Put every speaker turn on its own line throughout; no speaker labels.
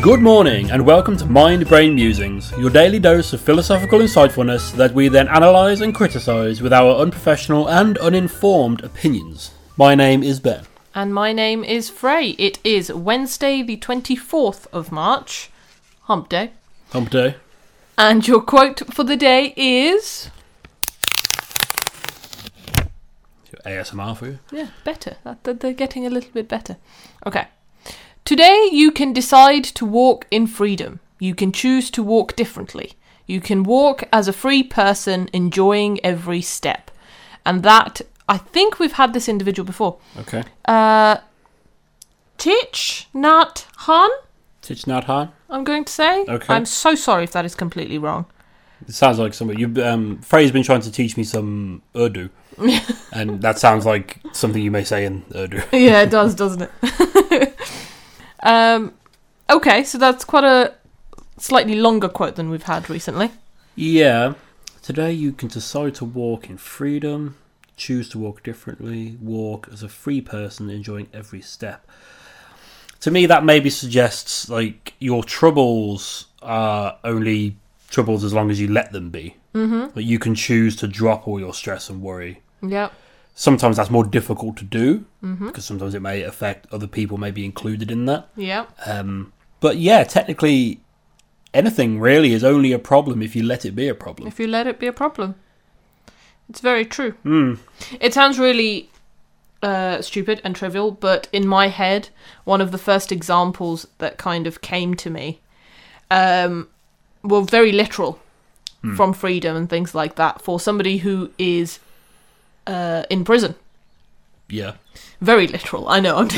Good morning, and welcome to Mind Brain Musings, your daily dose of philosophical insightfulness that we then analyse and criticise with our unprofessional and uninformed opinions. My name is Ben.
And my name is Frey. It is Wednesday, the 24th of March, hump day.
Hump day.
And your quote for the day is.
ASMR for you.
Yeah, better. That- that- They're getting a little bit better. Okay. Today, you can decide to walk in freedom. You can choose to walk differently. You can walk as a free person, enjoying every step. And that, I think we've had this individual before.
Okay.
Uh, Tich Nat Han,
Tich Nhat Hanh.
I'm going to say.
Okay.
I'm so sorry if that is completely wrong.
It sounds like somebody. You, um, Frey's been trying to teach me some Urdu, and that sounds like something you may say in Urdu.
yeah, it does, doesn't it? um, okay, so that's quite a slightly longer quote than we've had recently.
Yeah. Today you can decide to walk in freedom, choose to walk differently, walk as a free person, enjoying every step. To me, that maybe suggests like your troubles are only troubles as long as you let them be. Mm-hmm. Like you can choose to drop all your stress and worry.
Yeah,
Sometimes that's more difficult to do because sometimes it may affect other people, may be included in that.
yeah,
Um, but yeah, technically, anything really is only a problem if you let it be a problem.
If you let it be a problem, it's very true.
Mm.
It sounds really uh, stupid and trivial, but in my head, one of the first examples that kind of came to me um, were very literal from freedom and things like that for somebody who is uh, in prison.
Yeah.
Very literal, I know. I'm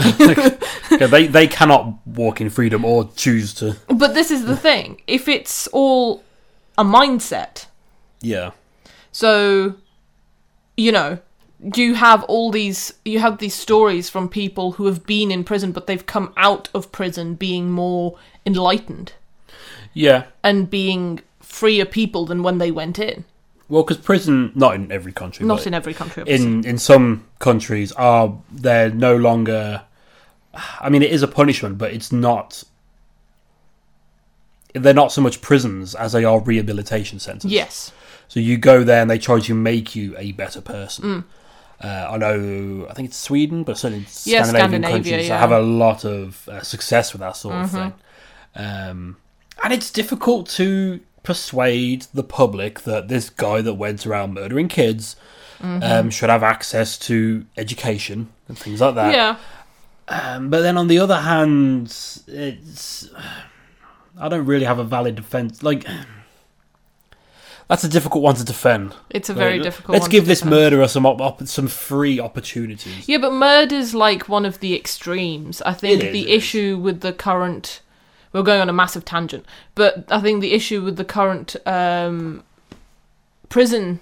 Yeah, they they cannot walk in freedom or choose to.
but this is the thing: if it's all a mindset,
Yeah.
So, you know, you have all these you have these stories from people who have been in prison but they've come out of prison being more enlightened
Yeah.
and being freer people than when they went in.
Well, because prison, not in every country,
Not
but
in every country. Obviously.
in in some countries, are they're no longer. I mean, it is a punishment, but it's not. They're not so much prisons as they are rehabilitation centres.
yes.
So you go there and they try to make you a better
Mm.
person. Uh, I know, I think it's Sweden, but certainly
Yeah,
Scandinavian
Scandinavia,
countries
yeah.
have
Mm-hmm.
a lot of uh, success with that sort of thing. Um, and it's difficult to persuade the public that this guy that went around murdering kids
Mm-hmm.
um, should have access to education and things like that.
yeah.
Um, but then on the other hand, it's I don't really have a valid defense. Like that's a difficult one to defend.
It's a very
Like,
difficult
Let's
one
give
to
this
defend.
murderer some op- op- some free opportunities.
Yeah, but murder's like one of the extremes. I think
It is,
the
it is.
issue with the current we're going on a massive tangent, but I think the issue with the current um, prison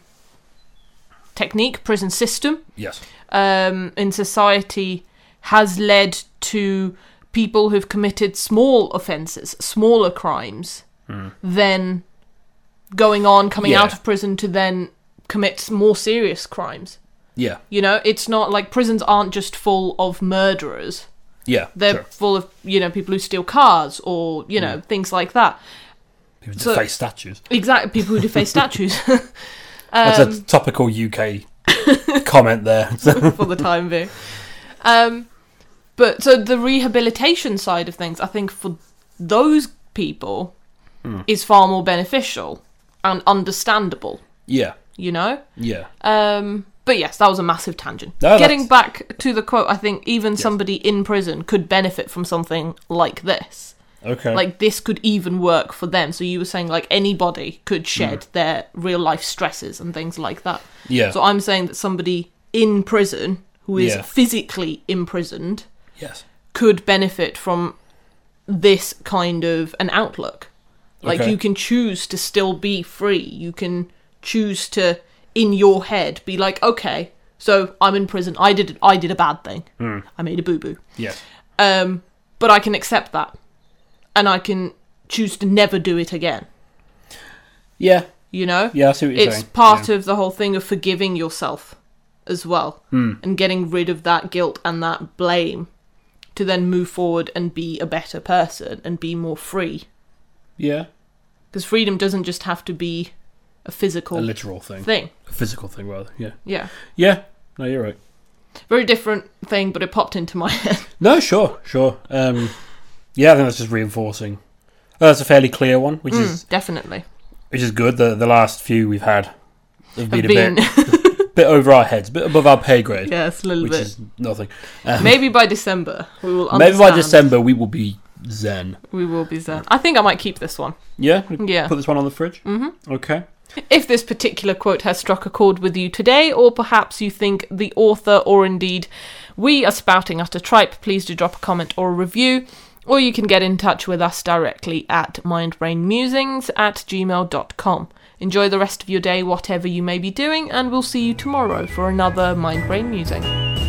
technique, prison system
Yes.
um, in society has led to people who've committed small offences, smaller crimes, then going on, coming
Hmm. Yeah.
out of prison to then commit more serious crimes.
Yeah.
You know, it's not like prisons aren't just full of murderers.
Yeah.
They're
sure. Mm.
full of, you know, people who steal cars or, you know, things like that.
People
so-
deface statues.
Exactly, people who deface statues
That's
um,
a topical UK comment there.
for the time being. Um, but so the rehabilitation side of things, I think for those people
Hmm.
is far more beneficial and understandable,
yeah.
you know?
Yeah.
Um, but yes, that was a massive tangent.
No, that's-
Getting back to the quote, I think even somebody in prison could benefit from something like this.
Okay.
like this could even work for them so you were saying like anybody could
Hmm.
shed their real life stresses and things like that
yeah.
so i'm saying that somebody in prison who is
Yeah.
physically imprisoned
yes.
could benefit from this kind of an outlook like
Okay.
you can choose to still be free you can choose to in your head be like okay so i'm in prison i did i did a bad thing
Hmm.
i made a boo boo
Yes.
um, but I can accept that, and I can choose to never do it again.
Yeah.
You know,
Yeah. I see what you're
it's
saying.
part of the whole thing of forgiving
Hmm.
yourself as well, and getting rid of that guilt and that blame to then move forward and be a better person and be more free.
Yeah.
Because freedom doesn't just have to be a
A
physical
literal thing.
thing.
A physical thing, rather. Yeah.
Yeah.
Yeah. No, you're right.
Very different thing, but it popped into my head.
No, sure, sure. Um, yeah, I think that's just reinforcing. Uh, that's a fairly clear one, which is
Mm, definitely.
which is good. The the last few we've had have been,
I've been,
a bit bit over our heads, bit above our pay grade,
yes, a little
which
bit.
is nothing. Um,
Maybe by December we will understand.
maybe by December we will be zen.
we will be there. I think I might keep this one.
Yeah,
Yeah.
Put this one on the fridge. Mm-hmm. Okay.
If this particular quote has struck a chord with you today, or perhaps you think the author or indeed we are spouting utter tripe, please do drop a comment or a review. Or you can get in touch with us directly at mindbrainmusings at gmail.com. Enjoy the rest of your day, whatever you may be doing, and we'll see you tomorrow for another Mind Brain Musing.